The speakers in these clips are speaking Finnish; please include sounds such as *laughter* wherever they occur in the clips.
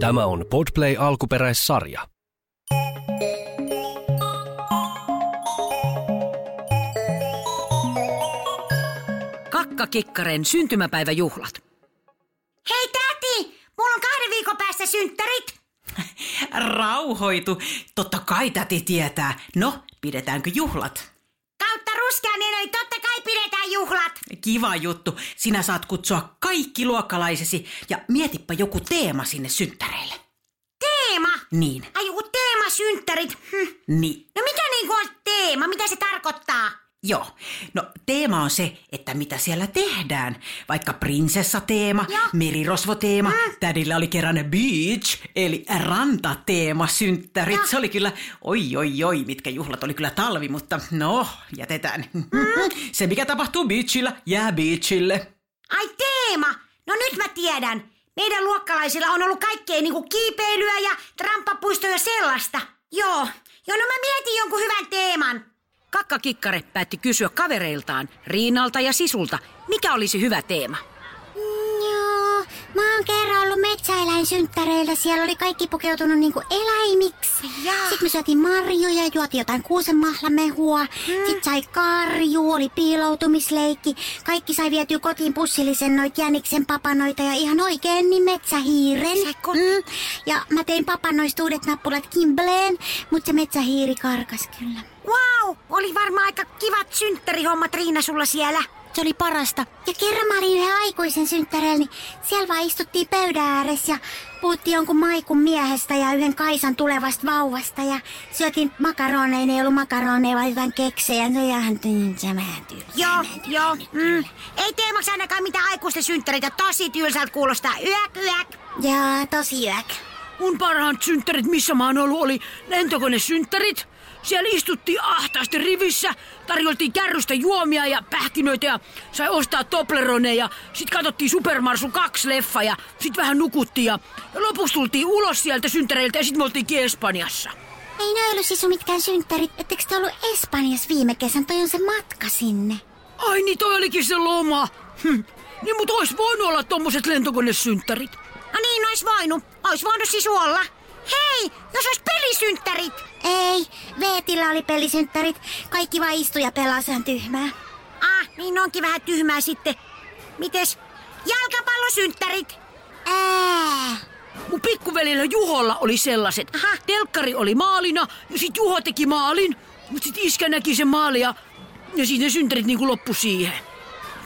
Tämä on Podplay alkuperäissarja. Kakkakikkaren syntymäpäiväjuhlat. Hei täti, mulla on kahden viikon päästä synttärit. *laughs* Rauhoitu. Totta kai täti tietää. No, pidetäänkö juhlat? Kautta ruskean eli totta kai pidetään juhlat. Kiva juttu. Sinä saat kutsua kaikki luokkalaisesi ja mietipä joku teema sinne synttäreille. Teema. Niin, Ai joku teema synttärit. Hm. niin. No mikä niinku on teema? Mitä se tarkoittaa? Joo. No teema on se, että mitä siellä tehdään. Vaikka prinsessateema, Joo. merirosvoteema, tädillä oli kerran beach, eli rantateema synttärit. Joo. Se oli kyllä, oi oi oi, mitkä juhlat oli kyllä talvi, mutta no, jätetään. *laughs* Se mikä tapahtuu beachillä, jää beachille. Ai teema. No nyt mä tiedän. Meidän luokkalaisilla on ollut kaikkea niinku kiipeilyä ja tramppapuistoja ja sellaista. Joo. Joo, no mä mietin jonkun hyvän teeman. Kakkakikkare päätti kysyä kavereiltaan, Riinalta ja Sisulta, mikä olisi hyvä teema. Joo, mä oon kerran ollut metsäeläinsynttäreillä. Siellä oli kaikki pukeutunut niinku eläimiksi. Jaa. Sitten me syötiin marjoja, juotiin jotain kuusenmahlamehua. Sitten sai karju, oli piiloutumisleikki. Kaikki sai vietyä kotiin pussillisen noit jäniksen papanoita ja ihan oikein niin metsähiiren. Sai kotiin? Mm. Ja mä tein papanoista uudet nappulat Kimbleen, mutta se metsähiiri karkas kyllä. Wow, oli varmaan aika kivat synttärihommat Riina sulla siellä. Se oli parasta. Ja kerran mä olin yhden aikuisen synttäreillä, niin siellä vaan istuttiin pöydän ääressä ja puhuttiin jonkun Maikun miehestä ja yhden Kaisan tulevasta vauvasta ja syötiin makaroneja, ne ei ollut makaroneja vaan jotain keksejä. Se oli ihan niin, se vähän tylsä. Joo, joo. Mm. Ei teemaksi ainakaan mitään aikuisten synttäreitä. Tosi tylsältä kuulostaa. Yök, yök. Joo, tosi yök. Mun parhaat synttärit, missä mä oon ollut, oli lentokonesynttärit. Siellä istuttiin ahtaasti rivissä, tarjoltiin kärrystä juomia ja pähkinöitä ja sai ostaa Tobleroneja. Sit katsottiin Supermarsu 2 leffa ja sit vähän nukuttiin ja ja lopuksi tultiin ulos sieltä synttäreiltä ja sit me oltiinkin Espanjassa. Ei ne ollut sisu mitkään synttärit. Ettekö te ollut Espanjassa viime kesän? Toi on se matka sinne. Ai niin, toi olikin se loma. Hm. Niin mut ois voinut olla tommoset lentokonesynttärit. No niin, ois voinut. Ois voinut siis olla. Hei, jos ois pelisynttärit. Ei, Veetillä oli pelisynttärit. Kaikki vaan istu ja pelaa se on tyhmää. Ah, niin onkin vähän tyhmää sitten. Mites? Jalkapallosynttärit. Ää. Mun pikkuvelillä Juholla oli sellaiset. Aha. Telkkari oli maalina ja sit Juho teki maalin. Mut sit iskä näki sen maali ja, ja sit ne synttärit niinku loppu siihen.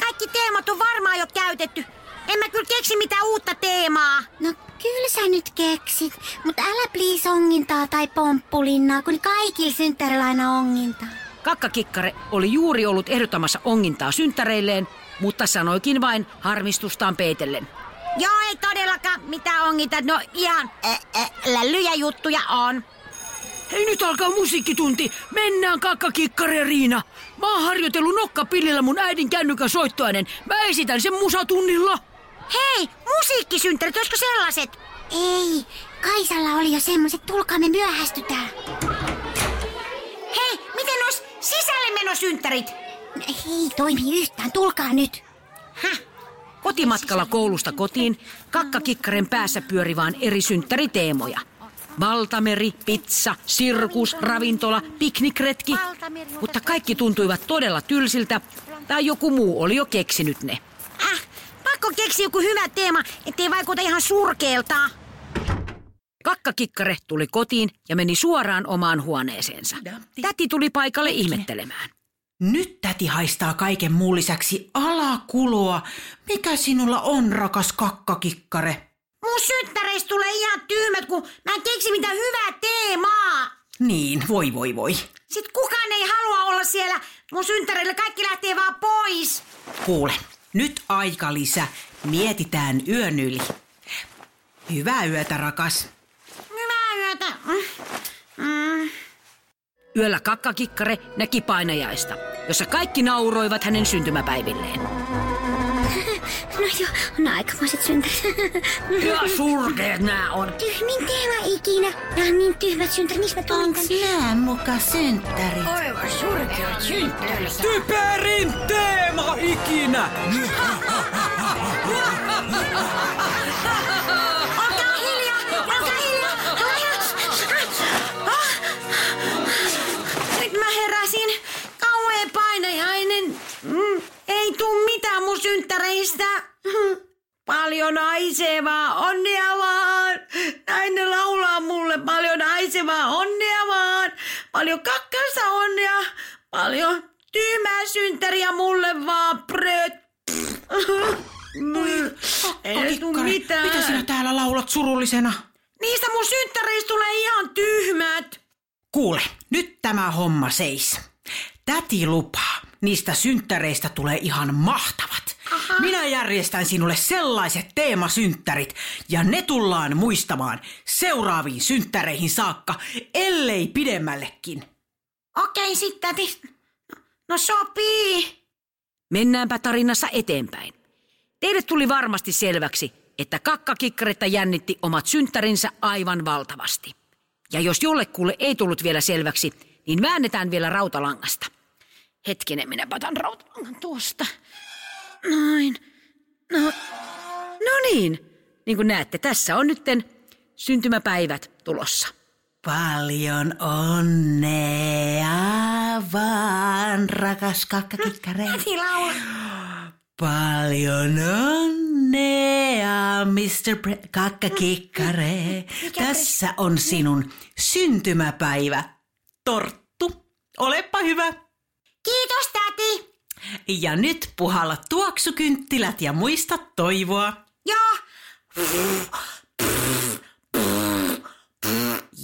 Kaikki teemat on varmaan jo käytetty. En mä kyllä keksi mitään uutta teemaa. No kyllä sä nyt keksit, mutta älä please ongintaa tai pomppulinnaa, kun kaikilla synttärillä aina ongintaa. Kakkakikkare oli juuri ollut ehdottamassa ongintaa synttäreilleen, mutta sanoikin vain harmistustaan peitellen. Joo, ei todellakaan mitään ongita. No ihan ä, ä, lällyjä juttuja on. Hei nyt alkaa musiikkitunti. Mennään kakkakikkare Riina. Mä oon harjoitellut nokkapillillä mun äidin kännykän soittoainen. Mä esitän sen musatunnilla. Hei, musiikkisynttärit, olisiko sellaiset? Ei, Kaisalla oli jo semmoset, tulkaa me myöhästytään. Hei, miten ois sisällemenosynttärit? No, ei toimi yhtään, tulkaa nyt. Kotimatkalla koulusta kotiin kakkakikkaren päässä pyöri vaan eri synttäriteemoja. Valtameri, pizza, sirkus, ravintola, piknikretki. Mutta kaikki tuntuivat todella tylsiltä, tai joku muu oli jo keksinyt ne. Äh, pakko keksiä joku hyvä teema, ettei vaikuta ihan surkeelta. Kakkakikkare tuli kotiin ja meni suoraan omaan huoneeseensa. Täti tuli paikalle ihmettelemään. Nyt täti haistaa kaiken muun lisäksi alakuloa. Mikä sinulla on, rakas kakkakikkare? Mun synttäreistä tulee ihan tyhmät, kun mä en keksi mitään hyvää teemaa. Niin, voi voi voi. Sit kukaan ei halua olla siellä mun synttäreillä, kaikki lähtee vaan pois. Kuule, nyt aika lisä. Mietitään yön yli. Hyvää yötä, rakas. Hyvää yötä. Mm. Mm. Yöllä kakkakikkare näki painajaista, jossa kaikki nauroivat hänen syntymäpäivilleen. No joo, on aikamoiset synttärit. Ja surkeet nämä on. Tyhmin teema ikinä. Nää on niin tyhmät synttärit, miksi mä tulin tänne? nää muka synttäri? typerin teema ikinä. Mm, haisevaa onnea vaan. Näin ne laulaa mulle paljon haisevaa onnea vaan. Paljon kakkansa onnea. Paljon tyhmää synttäriä mulle vaan. Pröt. Ei edes tuu Kikkari, mitään. Mitä sinä täällä laulat surullisena? Niistä mun synttäreistä tulee ihan tyhmät. Kuule, nyt tämä homma seis. Täti lupaa. Niistä synttäreistä tulee ihan mahtavat. Aha. Minä järjestän sinulle sellaiset teemasynttärit ja ne tullaan muistamaan seuraaviin synttäreihin saakka, ellei pidemmällekin. Okei sitten. tis- No sopii. Mennäänpä tarinassa eteenpäin. Teille tuli varmasti selväksi, että kakkakikkaretta jännitti omat synttärinsä aivan valtavasti. Ja jos jollekulle ei tullut vielä selväksi, niin väännetään vielä rautalangasta. Hetkinen, minä otan rautalangan tuosta. Noin. No, no niin. Niin kuin näette, tässä on nytten syntymäpäivät tulossa. Paljon onnea vaan, rakas No, kakkakikkare. Tilaula. Paljon onnea, Mr. Pre- kakkakikkare. Tässä on sinun syntymäpäivä. Torttu, olepa hyvä. Kiitos täti. Ja nyt puhalla tuoksukynttilät ja muista toivoa. Joo.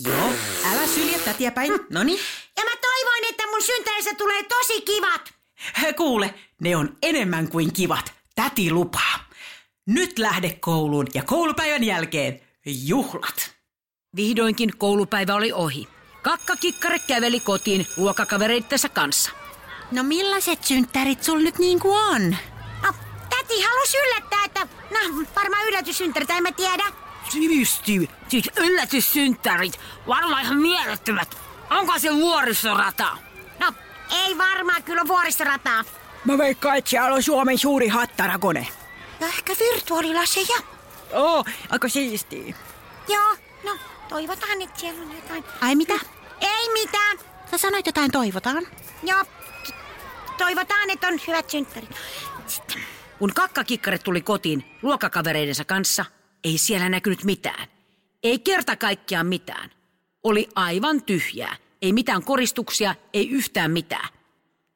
Joo, älä sylje tätiä *laughs* päin. Noniin. Ja mä toivoin, että mun synttärissä tulee tosi kivat. Kuule, ne on enemmän kuin kivat. Täti lupaa. Nyt lähde kouluun ja koulupäivän jälkeen juhlat. Vihdoinkin koulupäivä oli ohi. Kakkakikkare käveli kotiin ruokakavereittensa kanssa. No millaiset synttärit sul nyt niinku on? No, täti halusi yllättää, että no, varmaan yllätyssynttärit, en mä tiedä. Sivistyy. Siis yllätyssynttärit. Varmaan ihan mielettömät. Onko se vuorisorata? No, ei varmaan kyllä vuoristorataa. Mä veikkaan, että siellä on Suomen suuri hattarakone. Ja No, ehkä virtuaalilaseja. Oo, aika siistii. Joo, no toivotaan, että siellä on jotain. Ai mitä? Ei mitään. Sä sanoit jotain toivotaan. Joo, t- toivotaan, että on hyvät synttärit. Kun kakkakikkare tuli kotiin luokakavereidensa kanssa, ei siellä näkynyt mitään. Ei kerta kaikkiaan mitään. Oli aivan tyhjää. Ei mitään koristuksia, ei yhtään mitään.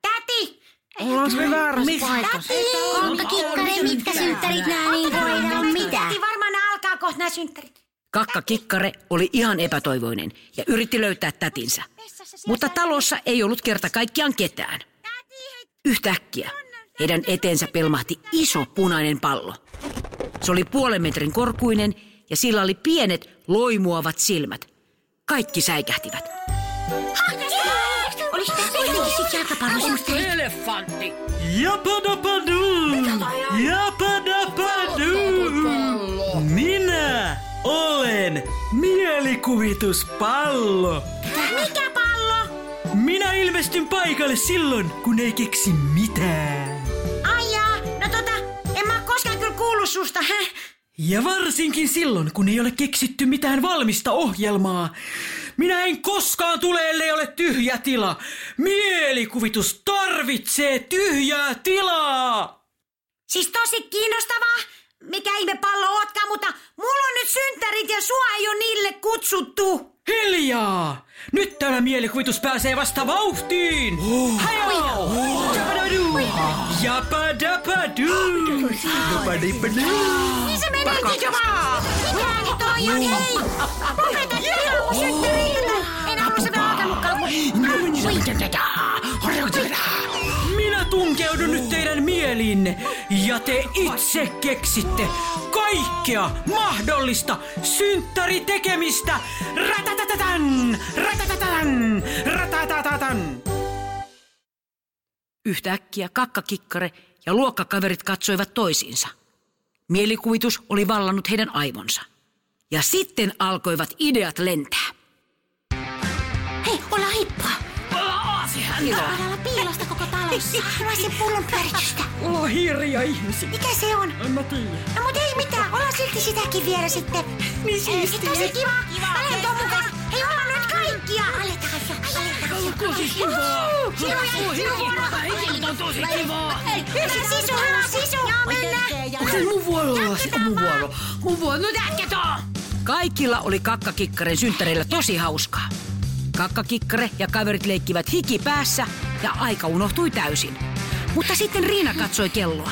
Täti! Täti, onko kikkare, mitkä synttärit nää niin No voidaan mitä? Täti varmaan ne alkaa kohta nämä synttärit. Kakkakikkare oli ihan epätoivoinen ja yritti löytää tätinsä. Mutta talossa ei ollut kerta kaikkiaan ketään. Yhtäkkiä heidän eteensä pelmahti iso punainen pallo. Se oli puolen metrin korkuinen ja sillä oli pienet loimuavat silmät. Kaikki säikähtivät. Olis tätä oikeesti jalkapallo semmoista? Elefantti! Japadapadu! Japadapadu! Minä olen mielikuvituspallo. Mikä pallo? Minä ilmestyn paikalle silloin, kun ei keksi mitään. Ai jaa, no tota, en mä oo koskaan kyllä kuullut susta. Häh? Ja varsinkin silloin, kun ei ole keksitty mitään valmista ohjelmaa. Minä en koskaan tule, ellei ole tyhjä tila. Mielikuvitus tarvitsee tyhjää tilaa. Siis tosi kiinnostavaa. Mikä ihme pallo ootkaan, mutta mulla on nyt synttärit ja sua ei ole niille kutsuttu. Hiljaa! Nyt tämä mielikuvitus pääsee vasta vauhtiin! Hajau! Japadadu! Japadapadu! Japadipadu! Niin se menikin jo vaan. Mikä nyt toi on? Hei, lopeta nyt mun synttäreitä. En halua se vielä alkanutkaan. Minä tunkeudun nyt teidän mieliinne ja te itse keksitte kaikkea mahdollista synttäritekemistä! Ratatatatan! Ratatatatan! Ratatatatan! Yhtäkkiä kakkakikkare ja luokkakaverit katsoivat toisiinsa. Mielikuvitus oli vallannut heidän aivonsa. Ja sitten alkoivat ideat lentää. Hei, olla hippaa. Täällä on piilosta koko talossa. Haluaisin pullon pyöritystä. Mulla on hirja ihmisiä. Mikä se on? En mä tiedä. No mut ei mitään, ollaan silti sitäkin vielä sitten. Niin siistiä. Tosi kiva. Kiva. Älä tuo mukaan. Hei, ollaan nyt kaikki. Kaikkia aletaan se, aletaan se. Tosi kivaa! Hienoja juttuja. Tää ikinä on tosi kivaa! Hyvä sisu, hyvä sisu. mennään. Onks se mun vuoro? Se on mun vuoro. Mun vuoro. No jatketaan! Kaikilla oli kakkakikkaren synttäreillä tosi hauskaa. Kakkakikkare ja kaverit leikkivät hiki päässä ja aika unohtui täysin. Mutta sitten Riina katsoi kelloa.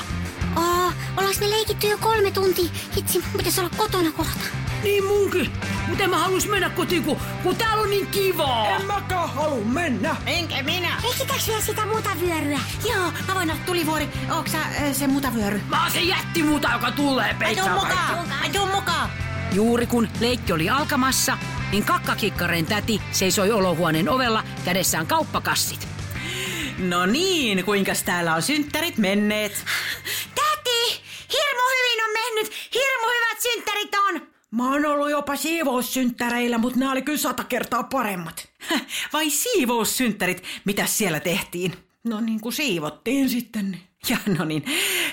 Aa, ollaanko me leikitty jo kolme tuntia? Hitsi, mun pitäisi olla kotona kohta. Niin munkin. Mutta en mä halus mennä kotiin, kun, kun täällä on niin kivaa. Mäkään halu mennä. Enkä minä. Leikitäänkö vielä sitä muuta vyöryä? Joo, mä voin olla tulivuori. Onko sä äh, se mutavyöry? Mä oon se jättimuuta, joka tulee peittää. Mä tuun mukaan. Juuri kun leikki oli alkamassa, niin kakkakikkaren täti seisoi olohuoneen ovella kädessään kauppakassit. No niin, kuinka täällä on synttärit menneet? Täti, hirmu hyvin on mennyt. Hirmu hyvät synttärit on. Mä oon ollut jopa siivoussynttäreillä, mutta nämä oli kyllä sata kertaa paremmat. Häh, Vai siivoussynttärit, mitä siellä tehtiin? No niin kuin siivottiin sitten. Ja no niin.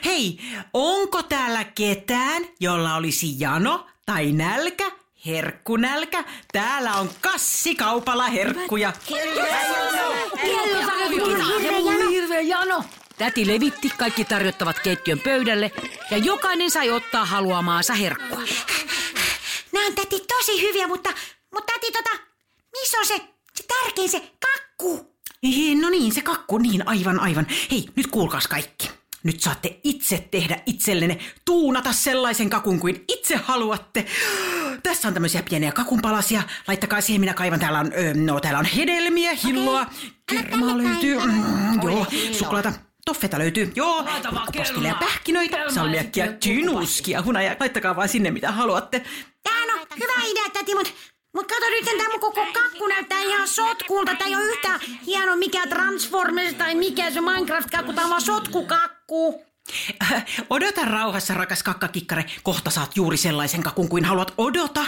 Hei, onko täällä ketään, jolla olisi jano tai nälkä? Herkkunälkä. Täällä on kassikaupalla herkkuja. Kello hirveä jano! Täti levitti kaikki tarjottavat keittiön pöydälle ja jokainen sai ottaa haluamaansa herkkua. Nää on täti tosi hyviä, mutta, mutta täti tota, missä on se, se tärkein se kakku? Ei, No niin, se kakku, niin aivan aivan. Hei, nyt kuulkaas kaikki. Nyt saatte itse tehdä itsellenne, tuunata sellaisen kakun kuin itse haluatte. Tässä on tämmöisiä pieniä kakunpalasia. Laittakaa siihen, minä kaivan. Täällä on, ö, no, täällä on hedelmiä, hilloa, kermaa tänne löytyy, päin, mm, joo, suklaata. Toffeta löytyy, joo, kokkoposkelia, pähkinöitä, salmiakkia, tynuuskia, hunajaa. Laittakaa vaan sinne, mitä haluatte. Tää on hyvä idea, täti, mut, mut kato nyt, tää mun koko kakku näyttää ihan sotkulta. Tää ei oo yhtään hieno mikä Transformers tai mikä se Minecraft-kakku, tää on vaan sotkukakku. Äh, Odota rauhassa, rakas kakkakikkare. Kohta saat juuri sellaisen kakun kuin haluat. Odota.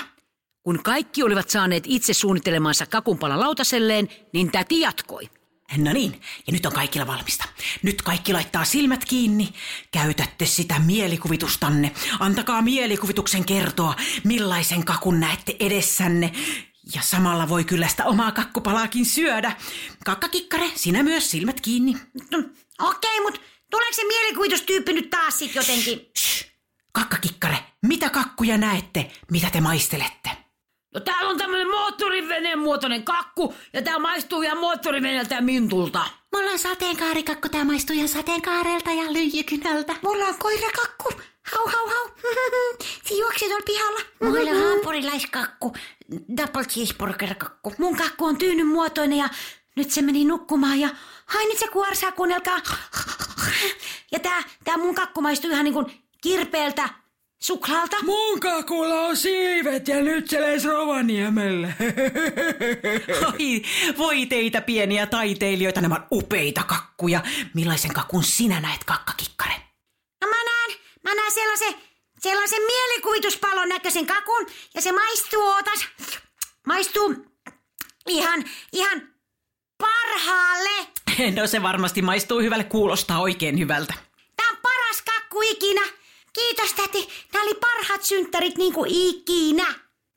Kun kaikki olivat saaneet itse suunnittelemansa kakunpalan lautaselleen, niin täti jatkoi. No niin, ja nyt on kaikilla valmista. Nyt kaikki laittaa silmät kiinni. Käytätte sitä mielikuvitustanne. Antakaa mielikuvituksen kertoa, millaisen kakun näette edessänne. Ja samalla voi kyllä sitä omaa kakkupalaakin syödä. Kakkakikkare, sinä myös silmät kiinni. No, Okei, mut tuleeko se mielikuvitustyyppi nyt taas sit jotenkin? Shh. Kakkakikkare, mitä kakkuja näette? Mitä te maistelette? No täällä on tämmönen moottoriveneen muotoinen kakku ja tää maistuu ihan moottoriveneeltä ja mintulta. Mulla on sateenkaarikakku, tää maistuu ihan sateenkaarelta ja lyijykynältä. Mulla on koirakakku. Hau, hau, hau. *laughs* Se juoksee tuolla pihalla. Mulla *laughs* on hampurilaiskakku. Double cheeseburger kakku. Mun kakku on tyynyn muotoinen ja nyt se meni nukkumaan ja hain nyt se kuorsaa, kuunnelkaa. Ja tää, tää mun kakku maistuu ihan niinku kirpeeltä suklaalta. Mun kakulla on siivet ja nyt se leis *laughs* Rovaniemelle. Oi, voi teitä pieniä taiteilijoita, nämä on upeita kakkuja. Millaisen kakun sinä näet, kakkakikkare? No mä näen, mä näen sellaisen, sellaisen mielikuvituspallon näköisen kakun ja se maistuu, ootas, maistuu ihan, ihan parhaalle. No se varmasti maistuu hyvälle, kuulostaa oikein hyvältä. Tää on paras kakku ikinä. Kiitos täti, nää oli parhaat synttärit niinku ikinä.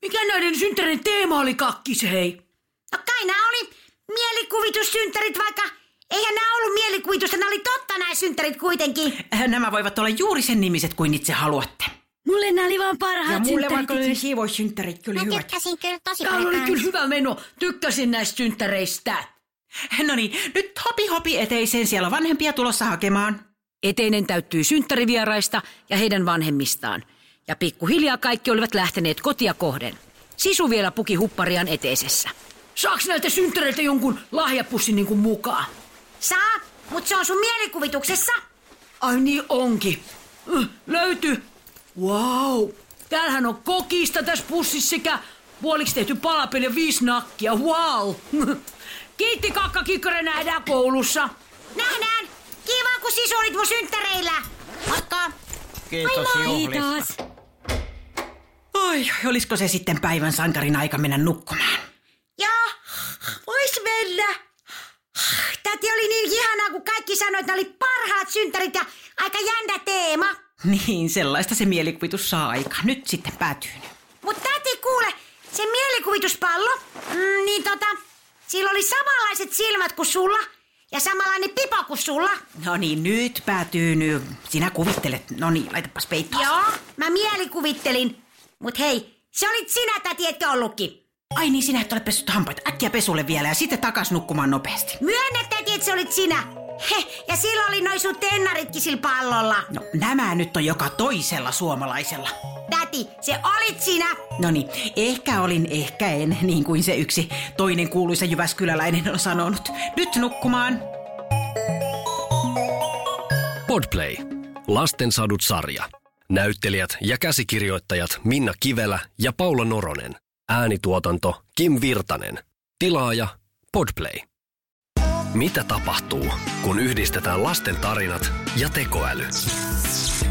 Mikä näiden synttären teema oli kakkis, hei? No kai nää oli mielikuvitussynttärit, vaikka eihän nää ollut mielikuvitusta, nää oli totta nää synttärit kuitenkin. Äh, Nämä voivat olla juuri sen nimiset kuin itse haluatte. Mulle nää oli vaan Ja parhaat mulle vaikka oli ne siivoussynttärit kyllä hyvät. tykkäsin kyllä tosi Täällä oli kyllä hyvä meno. Tykkäsin näistä synttäreistä. No niin, nyt hopi hopi eteiseen, siellä on vanhempia tulossa hakemaan. Eteinen täyttyi synttärivieraista ja heidän vanhemmistaan. Ja pikkuhiljaa kaikki olivat lähteneet kotia kohden. Sisu vielä puki hupparian eteisessä. Saaks näiltä synttäreiltä jonkun lahjapussin niin kuin mukaan? Saa, mut se on sun mielikuvituksessa. Ai niin onkin. Äh, Löytyy. Wow. Täällähän on kokista tässä pussissa sekä puoliksi tehty palapeli ja viisi nakkia. Wow. *laughs* Kiitti kakka kikkare nähdään koulussa. Nähdään! Kiva, kun sisu olit mun synttäreillä! Moikka! Kiitos juhlista. Oi, olisiko se sitten päivän sankarin aika mennä nukkumaan? Joo, vois mennä. Täti oli niin ihanaa, kun kaikki sanoi, että ne oli parhaat synttärit ja aika jännä teema. *laughs* Niin, sellaista se mielikuvitus saa aika. Nyt sitten päätyy. Mutta täti kuule, se mieli mielikuvituspallo. Mm, niin tota, sillä oli samanlaiset silmät kuin sulla ja samanlainen pipo kuin sulla. No niin, nyt päätyy nyt. Sinä kuvittelet. No niin, laitapas peittoa. Joo, mä mielikuvittelin. Mut hei, se olit sinä täti, etkö ollutkin? Ai niin, sinä et ole pessyt hampaita. Äkkiä pesulle vielä ja sitten takas nukkumaan nopeasti. Myönnä täti, että se olit sinä. He, ja sillä oli noin sun tennaritkin sillä pallolla. No, nämä nyt on joka toisella suomalaisella. Täti, se olit sinä. No niin, ehkä olin, ehkä en, niin kuin se yksi toinen kuuluisa Jyväskyläläinen on sanonut. Nyt nukkumaan. Podplay. Lastensadut sarja. Näyttelijät ja käsikirjoittajat Minna Kivelä ja Paula Noronen. Äänituotanto Kim Virtanen. Tilaaja Podplay. Mitä tapahtuu, kun yhdistetään lasten tarinat ja tekoäly?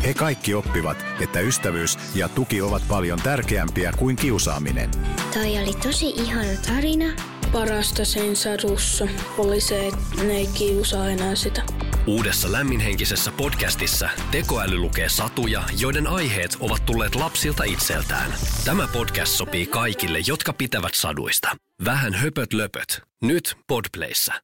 He kaikki oppivat, että ystävyys ja tuki ovat paljon tärkeämpiä kuin kiusaaminen. Toi oli tosi ihana tarina. Parasta sen sadussa oli se, että ne ei kiusaa enää sitä. Uudessa lämminhenkisessä podcastissa tekoäly lukee satuja, joiden aiheet ovat tulleet lapsilta itseltään. Tämä podcast sopii kaikille, jotka pitävät saduista. Vähän höpöt löpöt. Nyt Podplayssä.